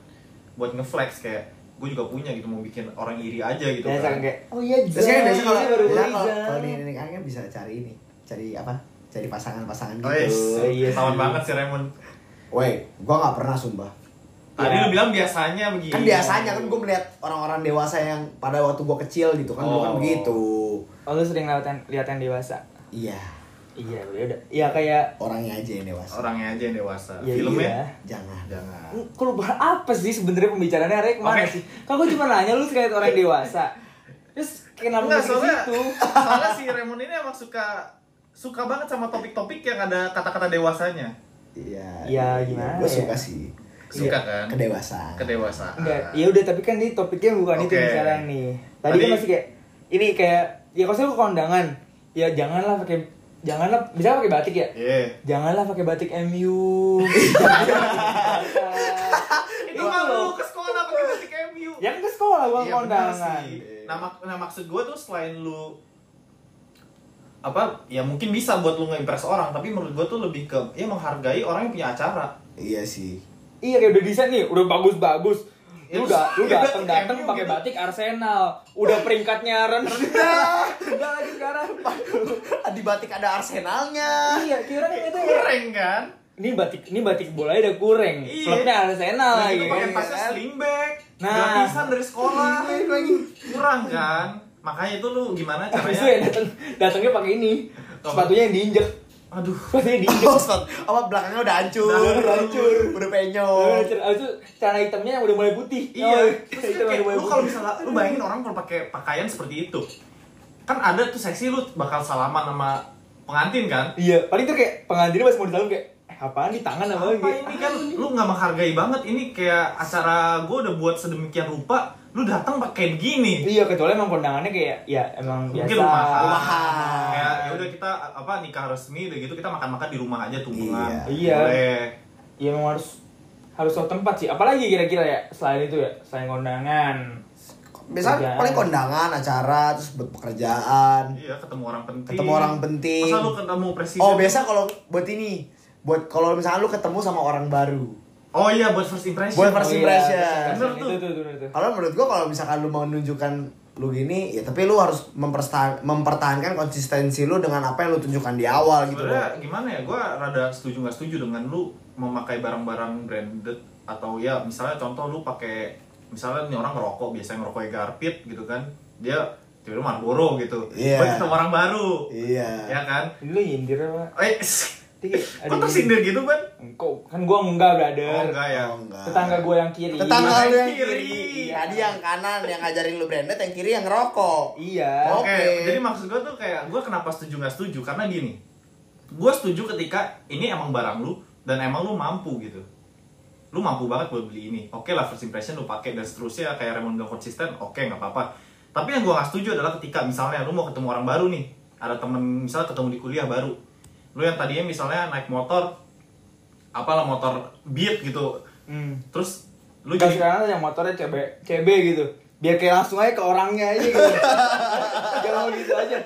A: buat ngeflex kayak gue juga punya gitu mau bikin orang iri aja gitu kan
B: Ya, misalkan kayak oh iya
C: terus kan biasa kalau
B: ini baru
C: biasa
B: beli,
C: kalau
B: Zai.
C: kalau di nikahan kan bisa cari ini cari apa cari pasangan-pasangan
A: Oh, yes.
C: gitu
B: Oh, iya
A: Ketahuan
B: sih.
A: banget sih Raymond
C: woi gua nggak pernah sumpah
A: Tadi
B: Iya.
A: lu bilang biasanya begini
C: kan biasanya kan gua melihat orang-orang dewasa yang pada waktu gua kecil gitu kan dulu kan
A: Oh.
C: begitu
B: Oh lu sering lihat lihat yang dewasa.
C: iya
B: Iya, udah. Iya kayak
C: orangnya aja yang dewasa
A: Orangnya aja yang dewasa
B: Ya,
A: Filmnya?
B: iya.
C: jangan
A: Jangan
B: Kalau bah- apa sih sebenarnya pembicaraannya Rek mana
A: Oke.
B: sih? Kan gue cuma nanya lu kayak orang dewasa. Terus kenapa
A: Enggak,
B: mesti ke
A: soalnya,
B: situ?
A: soalnya si Raymond ini emang suka suka banget sama topik-topik yang ada kata-kata dewasanya
C: iya
B: Ya, gimana
C: gua
B: ya?
C: suka sih
A: suka kan
C: kedewasaan
A: kedewasaan
B: Enggak, ya udah tapi kan ini topiknya bukan
A: Oke.
B: itu pembicaraan nih. Tadi, kan
A: Tadi-
B: masih kayak ini kayak ya kalau saya ke kondangan, ya janganlah pakai janganlah bisa pakai batik ya.
A: Iya.
B: Janganlah pakai batik
A: [laughs]
B: MU. Janganlah.
A: itu mah lu ke sekolah pakai batik MU
B: Yang ke sekolah bukan
A: Iya, bener
B: Ya, kondangan.
A: sih. Nah, mak- nah, maksud gue tuh selain lu apa ya mungkin bisa buat lu nge-impress orang tapi menurut gue tuh lebih ke ya menghargai orang yang punya acara
C: iya sih
B: Iya kayak udah desain nih, udah bagus-bagus.
A: Ya,
B: Lu udah, lu
A: [laughs] ya,
B: dateng dateng
A: MU
B: pakai
A: gitu.
B: batik Arsenal, udah peringkatnya rendah, rendah lagi sekarang.
C: [laughs] di batik ada arsenalnya [laughs]
B: iya, kira itu ya.
A: keren kan
B: Ini batik, ini batik bola udah kurang.
A: Iya.
B: Klubnya Arsenal
A: Nah,
B: lagi.
A: itu pakai
B: kan?
A: tasnya sling bag
B: Nah.
A: gratisan dari sekolah kurang kan makanya itu lu gimana
B: Habis itu ya
A: caranya
B: dateng, datengnya pakai ini.
A: Apa?
B: Sepatunya yang diinjek.
A: aduh
B: Sepatunya diinjek.
C: Oh, stop. apa belakangnya udah hancur,
A: Nah,
C: udah hancur, udah
B: Oh.
C: penyok.
B: Habis itu celana hitamnya yang udah mulai putih. Oh,
A: Iya, terus
B: itu
A: kan kayak
B: mulai
A: lu kalau
B: putih.
A: misalnya lu bayangin orang kalau pakai pakaian seperti itu. Kan ada tuh seksi lu bakal salaman sama pengantin kan?
B: Iya, paling tuh kayak pengantinnya pas mau di dalam kayak eh, apaan di tangan sama
A: Apa ini kan lu nggak menghargai banget ini kayak acara gue udah buat sedemikian rupa, lu datang pakai begini.
B: Iya, kecuali emang kondangannya kayak ya emang biasa.
A: Mungkin rumahan.
C: Rumahan.
A: Kayak ya udah kita apa nikah resmi udah gitu kita makan-makan di rumah aja tungguan.
C: Iya.
B: Iya.
A: Boleh.
B: ya memang harus harus tahu tempat sih apalagi kira-kira ya selain itu ya selain kondangan
C: Biasanya
B: Kerjaan.
C: paling kondangan, acara, terus buat pekerjaan.
A: Iya, ketemu orang penting.
C: Ketemu orang penting.
A: Masa lu ketemu presiden?
C: Oh, biasa kalau buat ini, buat kalau misalnya lu ketemu sama orang baru.
A: Oh iya, buat first impression.
C: Buat first
B: Oh iya,
C: impression. gitu.
B: first impression.
A: Bener tuh.
B: itu tuh bener tuh
C: Kalau menurut gua kalau misalkan lu mau menunjukkan lu gini, ya tapi lu harus mempersta- mempertahankan konsistensi lu dengan apa yang lu tunjukkan di awal gitu
A: sebenarnya
C: loh.
A: gimana ya gue rada setuju nggak setuju dengan lu memakai barang-barang branded atau ya misalnya contoh lu pakai misalnya nih orang ngerokok biasanya ngerokoknya garpit gitu kan dia tiba-tiba Marlboro gitu
C: Iya.
A: Gua ketemu orang baru
C: Iya.
A: ya kan
B: ini lu nyindir apa
A: eh [laughs]
B: Tiki,
A: kok tersindir gitu kan
B: Engkau- kan gua enggak
A: oh
B: brother
A: enggak ya
C: Oh, enggak.
B: tetangga gua yang kiri
C: Tetangga lu yang
A: Kiri.
C: kiri. Tadi yang kanan yang ngajarin lu branded, yang kiri yang ngerokok.
B: iya
C: Oh.
A: Oke,
C: Oke.
A: jadi maksud gue tuh kayak gue kenapa setuju nggak setuju karena gini, gue setuju ketika ini emang barang lu dan emang lu mampu gitu, lu mampu banget buat beli ini. Oke lah first impression lu pakai dan seterusnya kayak Raymond gak konsisten, oke nggak apa-apa. Tapi yang gue nggak setuju adalah ketika misalnya lu mau ketemu orang baru nih, ada temen misalnya ketemu di kuliah baru, lu yang tadinya misalnya naik motor, apalah motor beat gitu,
B: hmm.
A: terus Lu
B: Kalau
A: jadi- [laughs]
B: sekarang tuh yang motornya CB CB gitu biar kayak langsung aja ke orangnya aja gitu jangan gitu aja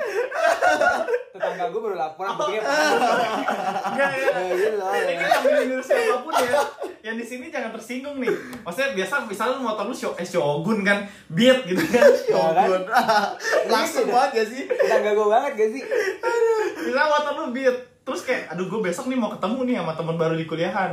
B: tetangga gue baru
C: Oh.
B: laporan begini
A: Enggak ya.
B: Eh, gitu loh, ya.
A: Ini kita ambil jurus siapapun ya. Yang di sini jangan tersinggung nih. Maksudnya biasa misalnya lu motor lu show, eh, shogun kan, beat gitu kan. Iya, gitu.
B: Ya kan?
A: [laughs]
C: Shogun. [laughs] Langsung banget gak sih?
B: tetangga gue banget gak sih
A: Misalnya motor lu beat, terus kayak aduh gue besok nih mau ketemu nih sama teman baru di kuliahan.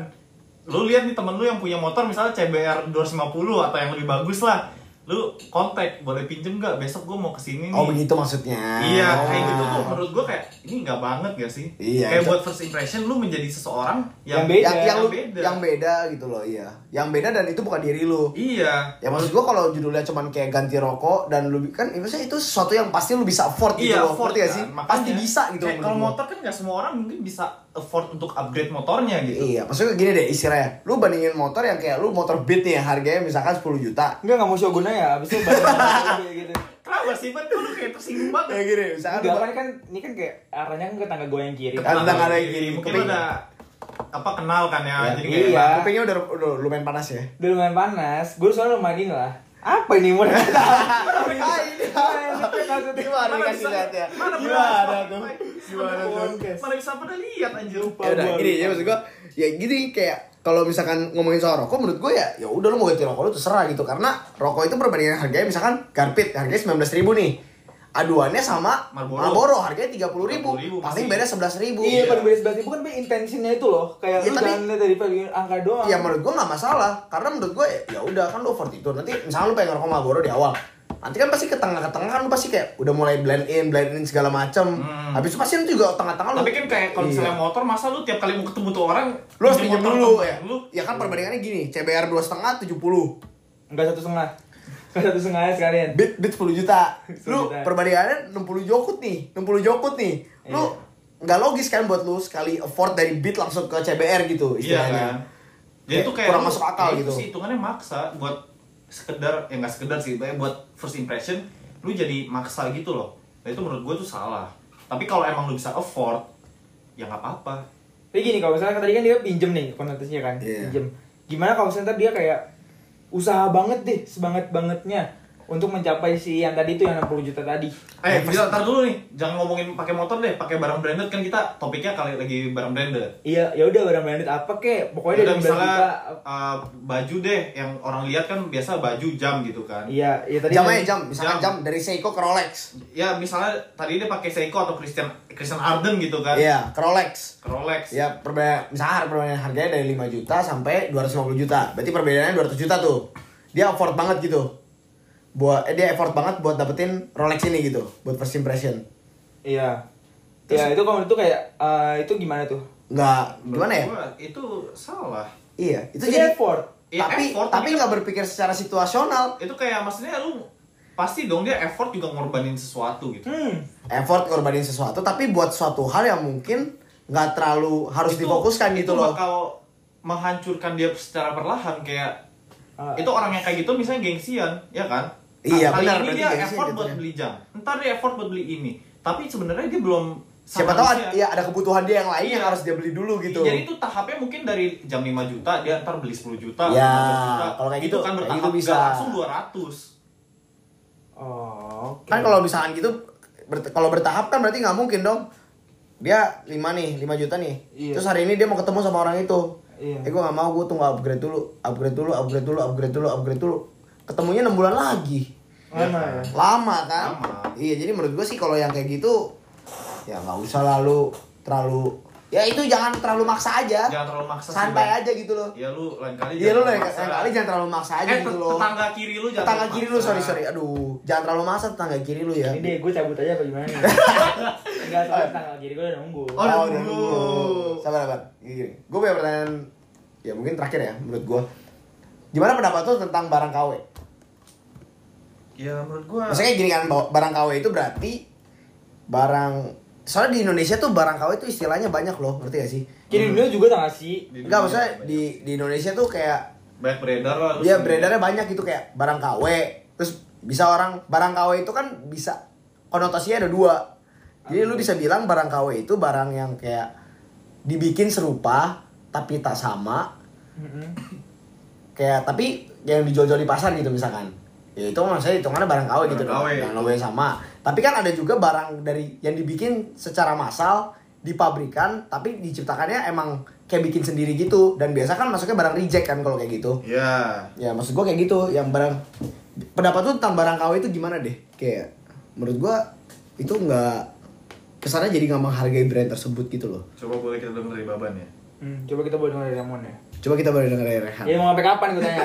A: Lu lihat nih temen lu yang punya motor misalnya CBR 250 atau yang lebih bagus lah. Lu kontak, boleh pinjem gak? Besok gue mau kesini nih.
C: Oh begitu maksudnya.
A: Iya, kayak
C: Oh.
A: gitu tuh menurut gue kayak ini nggak banget gak sih?
C: Iya,
A: kayak
C: itu-
A: buat first impression lu menjadi seseorang
B: Yang
A: yang,
B: beda.
C: yang yang, lu-
A: Iya, beda.
C: yang beda gitu loh, iya. Yang beda dan itu bukan diri lu.
A: Iya.
C: Ya maksud gua kalau judulnya cuman kayak ganti rokok dan lu kan ya, maksudnya itu sesuatu yang pasti lu bisa afford gitu
A: Iya,
C: loh.
A: afford
C: Ngerti gak
A: kan?
C: sih?
A: Makanya,
C: Pasti bisa gitu
A: kayak
C: menurut
A: Kalau
C: gua.
A: motor kan nggak semua orang mungkin bisa afford untuk upgrade motornya gitu.
C: Iya, maksudnya gini deh istilahnya. Lu bandingin motor yang kayak lu motor beat nih yang harganya misalkan 10 juta.
B: enggak nggak mau shogun aja abis itu balik kayak gitu
A: Kenapa sih, Ban? Kok lu kayak tersinggung
C: Ya
A: banget?
C: gini, misalkan
B: Enggak, kan kan ini kan kayak arahnya kan ke tangga gue yang kiri.
C: Ke tangga. Tentang ada yang
A: Mungkin
C: gini,
A: Mungkin
C: kering.
A: ada apa kenal kan ya,
C: Ya,
A: jadi kayak
B: iya.
C: iya. kupingnya udah, udah lumayan panas ya.
B: Udah lumayan panas, gue soalnya lumayan ini lah. Apa
C: [laughs]
B: ini umur? Apa ini?
C: Ah, ini.
B: Apa ini? Maksudnya,
C: Gimana
A: Mana
C: dikasih
A: bisa-
C: lihat ya?
A: mana
C: Gimana
A: bisa-
C: tuh?
A: mana-
C: Gimana
A: mana-
C: tuh?
A: Mana bisa pada lihat anjir.
C: Ya udah
B: Gua
C: gini
B: lupa.
C: ya maksud gua ya gini kayak kalau misalkan ngomongin soal rokok menurut gue ya ya udah lu mau ganti rokok lu terserah gitu karena rokok itu perbandingan harganya misalkan garpit harganya sembilan belas ribu nih aduannya sama
A: Marlboro.
C: Marlboro, harganya tiga puluh ribu,
A: 30.000
C: paling
A: pasti.
C: beda sebelas ribu
B: Iya, pada beda sebelas ribu kan tapi intensinya itu loh. Kayak
C: Iya,
B: lu
C: tapi-
B: jangan lihat dari paling angka doang.
C: ya menurut gue nggak masalah karena menurut gue ya udah kan lu effort itu nanti misalnya lu pengen ngerokok Marlboro di awal nanti kan pasti ke tengah-tengah kan lu pasti kayak udah mulai blend in blend in segala macem habis itu pasti lu juga tengah-tengah lu
A: Tapi kan kayak kalau
C: Iya.
A: misalnya motor masa lu tiap kali mau ketemu tuh orang
C: lu harus pinjam
A: motor
C: dulu
A: temen
C: ya
A: Lu
C: ya kan perbandingannya gini CBR dua setengah tujuh puluh
B: Enggak satu setengah. Enggak satu setengah ya sekalian.
C: bit bit 10
A: [laughs]
C: juta.
B: 10
C: Lu
B: juta.
C: perbandingannya 60 jokut nih, 60 jokut nih.
A: Iya.
C: Lu nggak logis kan buat lu sekali afford dari bit langsung ke CBR gitu
A: Iya
C: istilahnya.
A: kan. Jadi
C: Kayak
A: tuh kayak
C: kurang
A: lu-
C: masuk akal
A: ya itu
C: gitu.
A: Sih hitungannya maksa buat sekedar ya nggak sekedar sih, tapi buat first impression lu jadi maksa gitu loh. Nah itu menurut gue tuh salah. Tapi kalau emang lu bisa afford ya nggak apa-apa.
B: Tapi gini kalau misalnya tadi kan dia pinjem nih konotasinya kan,
C: Iya.
B: pinjem. Gimana kalau misalnya ntar dia kayak usaha banget deh, sebanget bangetnya untuk mencapai si yang tadi itu yang 60 juta tadi.
A: Eh, bisa ntar dulu nih, jangan ngomongin pakai motor deh, pakai barang branded kan kita topiknya kali lagi barang branded.
B: Iya, ya udah barang branded apa kek,
C: Oh,
B: pokoknya
C: iya,
A: Udah
B: dari
A: misalnya
B: misalnya
A: uh, baju deh, yang orang lihat kan biasa baju jam gitu kan.
B: Iya, ya tadi
C: Jamnya
B: kan-
C: jam, misalkan
A: Jam.
C: jam dari Seiko ke Rolex.
A: Ya misalnya tadi dia pakai Seiko atau Christian Christian Arden gitu kan.
C: Iya, ke Rolex.
A: Rolex.
C: Ya, perbedaan misalnya perbedaan harganya dari 5 juta sampai 250 juta. Berarti perbedaannya 200 juta tuh. Dia effort banget gitu. Buat eh, dia effort banget buat dapetin Rolex ini gitu, buat first impression.
B: Iya. ya itu kalau itu kayak eh, itu gimana tuh?
C: Nggak
A: Menurut
C: gimana ya?
A: gua Itu salah.
C: Iya, itu
B: Itu
C: jadi
B: effort.
A: Iya,
C: tapi
A: effort,
C: tapi
A: tapi
C: nggak berpikir secara situasional.
A: itu kayak maksudnya lu pasti dong dia effort juga ngorbanin sesuatu gitu.
B: Hmm.
C: effort ngorbanin sesuatu tapi buat suatu hal yang mungkin nggak terlalu harus
A: Itu-
C: difokuskan
A: itu
C: gitu loh
A: bakal menghancurkan dia secara perlahan kayak
B: Ah.
A: itu orang yang kayak gitu misalnya gengsian, ya kan?
C: Iya,
A: Kali
C: benar,
A: ini
C: berarti
A: dia
C: gengsian
A: effort
C: gitu
A: buat
C: ya.
A: beli jam. Ntar dia effort buat beli ini. Tapi sebenarnya dia belum
C: siapa tahu ada,
A: seharusnya.
C: ya ada kebutuhan dia yang lain
A: Iya.
C: yang harus dia beli dulu gitu
A: Jadi itu tahapnya mungkin dari jam 5 juta dia ntar beli 10 juta,
C: Ya,
A: 15 juta.
C: kalau kayak
A: itu
C: gitu,
A: kan
C: kayak
A: bertahap
C: gitu bisa.
A: nggak langsung 200.
B: Oh. oke.
C: kan kalau misalkan gitu bert- kalau bertahap kan berarti nggak mungkin dong dia 5 nih 5 juta nih
B: Iya.
C: terus hari ini dia mau ketemu sama orang itu
B: Iya.
C: eh gue nggak mau gue tunggu upgrade dulu upgrade dulu upgrade dulu upgrade dulu upgrade dulu ketemunya 6 bulan lagi
B: Lama ya.
C: lama kan
A: Lama.
C: iya jadi menurut gue sih kalau yang kayak gitu ya nggak usah lalu terlalu ya itu jangan terlalu maksa aja
A: Jangan terlalu maksa sih,
C: santai
A: Bang.
C: aja gitu loh
A: Ya lu lain kali jangan
C: iya lu lah
A: terlalu
C: yang
A: maksa.
C: kali jangan terlalu maksa aja
A: Eh,
C: gitu
A: tet-
C: loh
A: tetangga kiri lu jangan
C: tetangga
A: terlalu
C: kiri lu
A: maksa.
C: sorry sorry aduh jangan terlalu maksa tetangga kiri lu ya
B: Ini deh gue cabut aja apa gimana?
C: [laughs]
B: nih? Enggak soalnya tanggal kiri gue udah nunggu.
A: Oh, udah
C: udah
A: nunggu.
C: nunggu. sabar sabar gini gue punya pertanyaan ya mungkin terakhir ya menurut gue gimana pendapat lu tentang barang KW
A: Ya menurut gua
C: Maksudnya gini kan bahwa barang KW itu berarti barang soalnya di Indonesia tuh barang KW itu istilahnya banyak loh, ngerti gak sih?
B: Kiri
A: Hmm.
B: dunia juga tanggal sih.
A: di
C: Enggak
A: dunia
C: maksudnya
A: banyak.
C: di di Indonesia tuh kayak
A: banyak beredar lah. lu
C: dia
A: sih.
C: Iya, beredarnya banyak gitu kayak barang KW. Terus bisa orang barang KW itu kan bisa konotasinya ada dua. Jadi lu bisa bilang barang KW itu barang yang
A: Hmm.
C: kayak dibikin serupa tapi tak sama
B: Mm-mm.
C: kayak tapi yang dijual-jual di pasar gitu misalkan ya itu maksudnya hitungannya barang KW gitu
A: Barang
C: dong.
A: KW.
C: Barang KW sama tapi kan ada juga barang dari yang dibikin secara massal dipabrikan tapi diciptakannya emang kayak bikin sendiri gitu dan biasa kan masuknya barang reject kan kalau kayak gitu
A: Ya,
C: ya maksud gue kayak gitu yang barang pendapat tuh tentang barang KW itu gimana deh kayak menurut gue itu nggak kesannya jadi nggak menghargai brand tersebut gitu loh
A: coba boleh kita denger dari Baban ya.
B: Hmm, coba kita bawa dengar dari Ramon ya.
C: coba kita baru dengerin Rehan
B: Ya mau sampai kapan gue
A: [laughs]
B: tanya?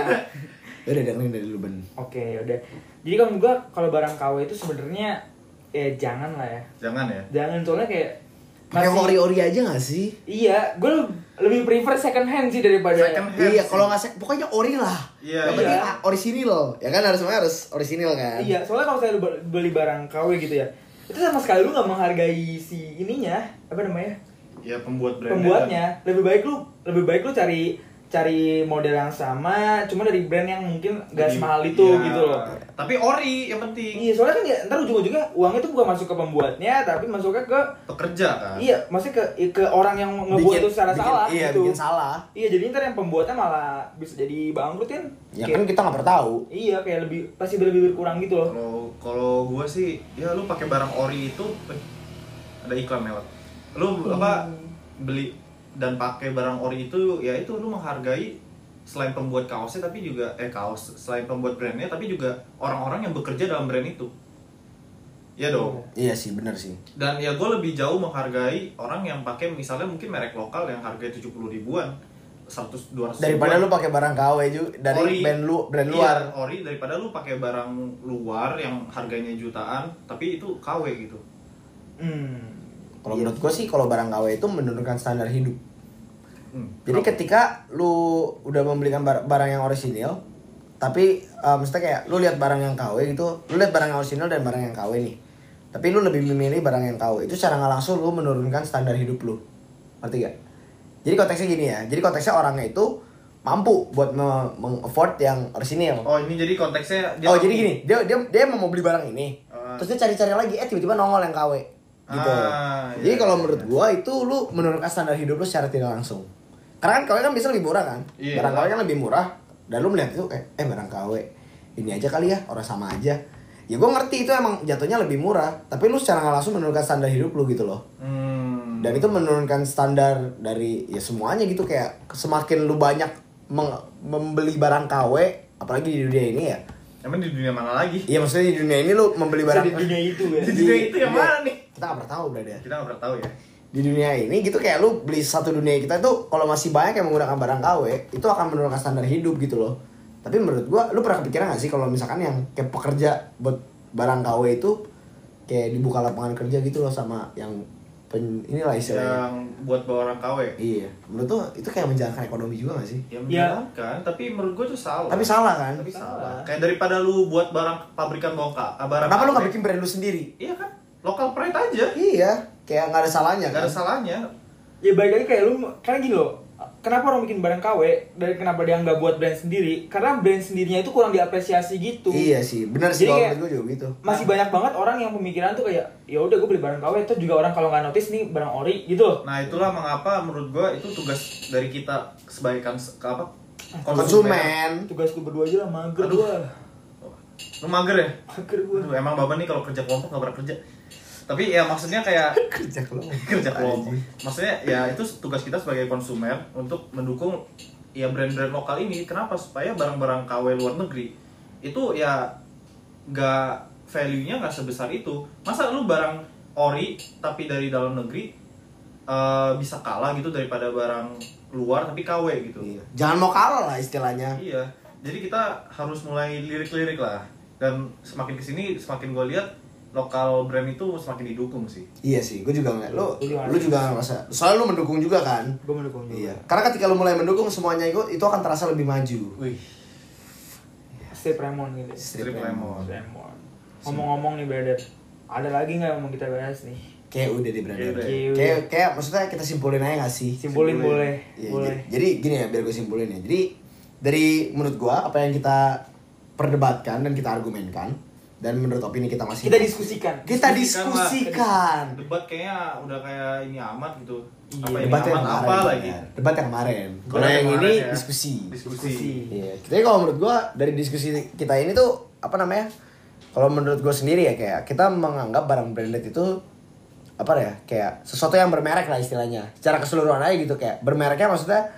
C: ya udah dengerin dari lu ben
B: Oke, udah. Jadi kalau gua kalau barang KW itu sebenarnya ya jangan lah ya.
A: Jangan ya.
B: Jangan soalnya kayak
C: pakai ori-ori aja gak sih
B: Iya, gue lebih prefer second hand sih daripada
A: Second hand
C: iya
A: sih.
C: kalau nggak se- pokoknya ori lah
A: Iya,
C: yang penting
B: iya.
C: ah, orisinil ya kan harus semuanya harus orisinil kan
B: Iya, soalnya kalau saya bel- beli barang KW gitu ya, itu sama sekali lu nggak menghargai si ininya, apa namanya?
A: Ya pembuat brand.
B: pembuatnya. Lebih baik lu lebih baik lu cari cari model yang sama, cuma dari brand yang mungkin gak semahal itu gitu loh.
A: Iya. Tapi ori yang penting.
B: Iya, soalnya kan ya, ntar ujung-ujungnya uangnya tuh bukan masuk ke pembuatnya, tapi masuknya ke
A: Pekerja kan.
B: iya, maksudnya ke ke orang yang ngebuat itu secara
C: bikin-
B: salah
C: iya
B: gitu.
C: bikin salah
B: Iya, jadi ntar yang pembuatnya malah bisa jadi bangkrut kan?
C: ya
B: Kayak-
C: kan kita nggak pernah tahu
B: Iya, kayak lebih pasti lebih berkurang gitu loh.
A: Kalau kalau gua sih ya lu pakai barang ori itu eh, ada iklan lewat. Lu apa beli dan pakai barang ori itu ya itu lu menghargai selain pembuat kaosnya tapi juga eh kaos selain pembuat brandnya tapi juga orang-orang yang bekerja dalam brand itu. Ya dong.
C: iya sih bener sih
A: Dan ya gue lebih jauh menghargai orang yang pakai misalnya mungkin merek lokal yang harganya 70 ribuan, 100 200
C: daripada
A: ribuan.
C: lu pakai barang KW juga dari
A: Ori.
C: brand lu brand
A: Iya,
C: luar
A: ori daripada lu pakai barang luar yang harganya jutaan tapi itu KW gitu
B: Hmm.
C: kalau menurut gue sih kalau barang KW itu menurunkan standar hidup
A: Hmm.
C: Jadi ketika lu udah membelikan bar- barang yang orisinil, tapi eh, maksudnya kayak lu lihat barang yang KW gitu, lu lihat barang yang orisinil dan barang yang KW nih. Tapi lu lebih memilih barang yang KW. Itu secara nggak langsung lu menurunkan standar hidup lu. Ngerti gak? Jadi konteksnya gini ya. Jadi konteksnya orangnya itu mampu buat me- meng-afford yang orisinil.
A: Oh ini jadi konteksnya dia
C: oh, jadi gini, dia dia dia emang mau beli barang ini.
A: Ah.
C: Terus dia cari-cari lagi, eh tiba-tiba nongol yang KW. Gitu.
A: Ah,
C: jadi
A: iya, iya,
C: kalau menurut
A: iya.
C: gua itu lu menurunkan standar hidup lu secara tidak langsung. Karena kan KW kan bisa lebih murah kan?
A: Iya.
C: Barang KW kan lebih murah dan lu melihat itu eh, eh barang KW. Ini aja kali ya, orang sama aja. Ya gua ngerti itu emang jatuhnya lebih murah, tapi lu secara nggak langsung menurunkan standar hidup lu gitu loh.
A: Hmm.
C: Dan itu menurunkan standar dari ya semuanya gitu kayak semakin lu banyak meng- membeli barang KW, apalagi di dunia ini ya,
A: Emang di dunia mana lagi?
C: Iya maksudnya di dunia ini lu membeli barang
B: Di dunia itu ya.
A: Di dunia itu yang
C: Iya.
A: mana nih?
C: kita nggak pernah tahu brother.
A: Kita nggak pernah tahu ya.
C: Di dunia ini gitu kayak lu beli satu dunia kita itu kalau masih banyak yang menggunakan barang KW itu akan menurunkan standar hidup gitu loh. Tapi menurut gua lu pernah kepikiran gak sih kalau misalkan yang kayak pekerja buat barang KW itu kayak dibuka lapangan kerja gitu loh sama yang pen, inilah istilahnya.
A: Yang buat bawa orang Ya, KW.
C: Iya, menurut tuh itu kayak menjalankan ekonomi juga gak sih?
A: Ya
B: Iya.
A: menjalankan, tapi menurut gue itu salah.
C: Tapi salah kan?
A: Tapi
B: Salah.
A: salah. Kayak daripada lu buat barang pabrikan bawa ka- ah, barang.
C: Kenapa lu
A: KW?
C: gak bikin brand lu sendiri?
A: Iya kan? Lokal pride aja.
C: Iya, kayak nggak ada salahnya
A: Gak
C: kan?
A: Ya. ada salahnya.
B: Ya baik lagi kayak lu karena gini loh. Kenapa orang bikin barang KW dan kenapa dia nggak buat brand sendiri? Karena brand sendirinya itu kurang diapresiasi gitu.
C: Iya sih, benar sih
B: Jadi
C: kalau
B: kayak-
C: menurut gua juga gitu.
B: Masih banyak banget orang yang pemikiran tuh kayak ya udah gue beli barang KW itu juga orang kalau nggak notice nih barang ori gitu. loh.
A: Nah itulah mengapa menurut gua itu tugas dari kita sebagai kans ke apa?
C: Konsumen.
B: Tugas lu berdua aja lah mager
A: Aduh.
B: gua.
A: Lu mager ya?
B: Mager gua.
A: Aduh, emang bapak nih kalau kerja kelompok gak pernah kerja. Tapi ya maksudnya kayak
C: kerja kelompok
A: [laughs] kerja kelompok. Maksudnya ya itu tugas kita sebagai konsumen untuk mendukung ya brand-brand lokal ini. Kenapa? Supaya barang-barang KW luar negeri itu ya nggak value-nya nggak sebesar itu. Masa lu barang ori tapi dari dalam negeri eh, bisa kalah gitu daripada barang luar tapi KW gitu.
C: Iya. jangan mau kalah lah istilahnya
A: Iya, jadi kita harus mulai lirik-lirik lah. Dan semakin kesini, semakin gue lihat lokal brand itu semakin didukung sih.
C: iya sih gue juga nggak lu
B: Iya.
C: lu juga ngerasa soalnya lu mendukung juga kan
B: Gue mendukung juga.
C: iya karena ketika lu mulai mendukung semuanya itu itu akan terasa lebih maju
A: Wih,
B: Stay Premon gitu.
A: strip lemon.
B: Premon. Ngomong-ngomong nih brother, ada lagi nggak yang mau kita bahas nih?
C: kayak udah deh brother
A: Iya,
B: iya.
C: kayak kayak maksudnya kita simpulin aja gak sih
A: Simpulin.
B: Simpulin, boleh,
C: Iya,
B: boleh.
C: jadi- jadi gini ya biar gue simpulin ya jadi dari menurut gua apa yang kita perdebatkan dan kita argumenkan dan menurut opini kita masih
B: Kita diskusikan.
A: lah.
C: kita diskusikan
A: debat kayaknya udah kayak ini amat gitu
B: Iya,
A: apa ini
C: debat yang
A: amat
C: kemarin
A: apa lagi
C: benar. debat yang kemarin kalau
A: Debat
C: yang ini
A: kemarin ya.
C: diskusi
A: diskusi,
C: Iya, tapi kalau menurut gua dari diskusi kita ini tuh apa namanya? Kalau menurut gua sendiri ya kayak kita menganggap barang branded itu apa ya? Kayak sesuatu yang bermerek lah istilahnya. Secara keseluruhan aja gitu kayak bermereknya maksudnya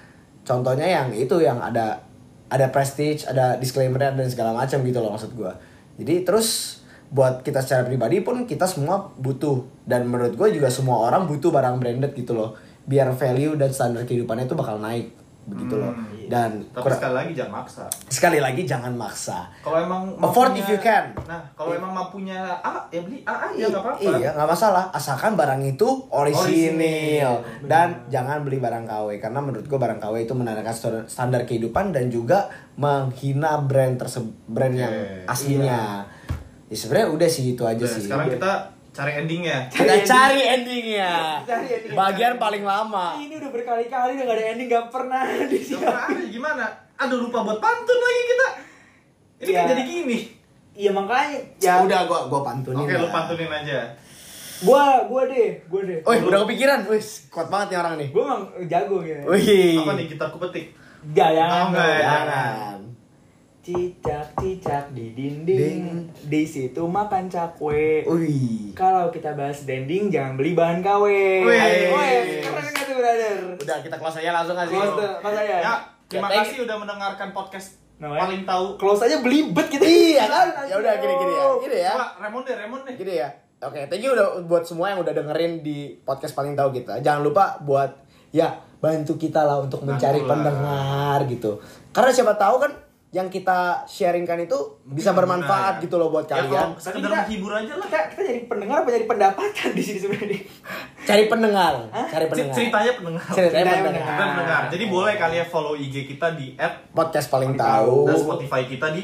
C: contohnya yang itu yang ada ada prestige, ada disclaimer dan segala macam gitu loh maksud gua. Jadi terus buat kita secara pribadi pun kita semua butuh dan menurut gue juga semua orang butuh barang branded gitu loh biar value dan standar kehidupannya itu bakal naik begitu loh
A: Hmm,
B: iya.
C: dan
A: tapi
C: kurang-
A: sekali lagi jangan maksa
C: sekali lagi jangan maksa
A: kalau emang
C: Afford
A: mampunya-
C: if you can.
A: nah kalau emang mampunya A ya beli A aja nggak apa-apa
C: iya nggak masalah asalkan barang itu orisinil
A: Orisinil,
C: dan jangan beli barang KW karena menurut gua barang KW itu menandakan stor- standar kehidupan dan juga menghina brand tersebut brand yang
A: Oke,
C: aslinya ya sebenarnya udah sih itu
A: Nah,
C: aja Iya sih
A: iya. sekarang kita cari endingnya
C: [laughs] kita cari endingnya
B: Cari endingnya.
C: bagian paling lama
B: Ini udah berkali-kali udah gak ada ending gak pernah [laughs] di
C: Iya.
A: Gak
B: sini.
A: pernah ada, gimana aduh lupa buat pantun lagi kita ini kan
B: Iya.
A: jadi gini
B: Iya makanya ya
C: udah gua gua pantunin
A: oke
C: lah.
A: lu pantunin aja
B: gua gua deh, gua deh.
C: Wih, udah kepikiran, wih, kuat banget nih orang nih.
B: Gua emang jago gitu.
C: Wih,
A: apa nih kita kupetik
B: Jangan.
A: Oh, enggak ya.
C: jangan.
B: Cicak cicak di dinding, di situ makan cakwe.
C: Wih.
B: Kalau kita bahas dending, jangan beli bahan KW.
A: Wih.
B: Wih, keren nggak tuh brother?
C: Udah kita close aja langsung aja.
B: Close the- Mas Ayan.
A: ya terima
C: Ya, thank Nah, ya.
A: kasih udah mendengarkan podcast
B: Namanya?
A: paling tahu
B: Close aja belibet gitu.
C: Iya kan? Ya udah gini gini ya. Gini ya.
A: Coba, Raymond deh Raymond deh
C: Gini ya. Oke, thank you udah buat semua yang udah dengerin di podcast paling tahu kita. Jangan lupa buat ya bantu kita lah untuk mencari
A: Bantulah.
C: pendengar gitu. Karena siapa tahu kan yang kita sharingkan itu bisa bermanfaat gitu loh buat
A: Ya, kalau
C: kalian.
A: sekedar
B: Kita-
A: menghibur aja lah
B: Kita, kita jadi pendengar apa jadi pendapatan di sini sebenarnya?
C: Cari pendengar,
B: Hah?
C: cari
A: C-
C: pendengar. Ah.
A: ceritanya pendengar
C: Ceritanya
B: Ceritanya
C: pendengar.
A: Kita pendengar jadi boleh kalian follow IG kita di app
C: Podcast paling
B: Paling
C: tahu.
A: dan Spotify kita di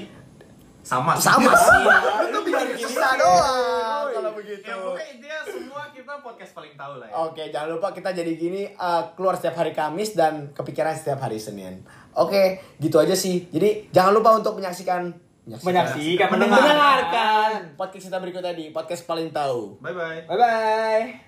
A: sama
C: Oh. Sama sih. Itu bikin kita doang. Kalau begitu.
A: ya pokoknya intinya semua kita podcast paling tahu lah ya
C: Oke, jangan lupa kita jadi gini eh, keluar setiap hari Kamis dan kepikiran setiap hari Senin. Oke, gitu aja sih. Jadi jangan lupa untuk menyaksikan
B: Menyaksikan,
A: Mendengarkan.
B: mendengarkan.
C: mendengarkan podcast kita berikutnya di podcast paling tahu.
A: bye bye
B: Bye bye.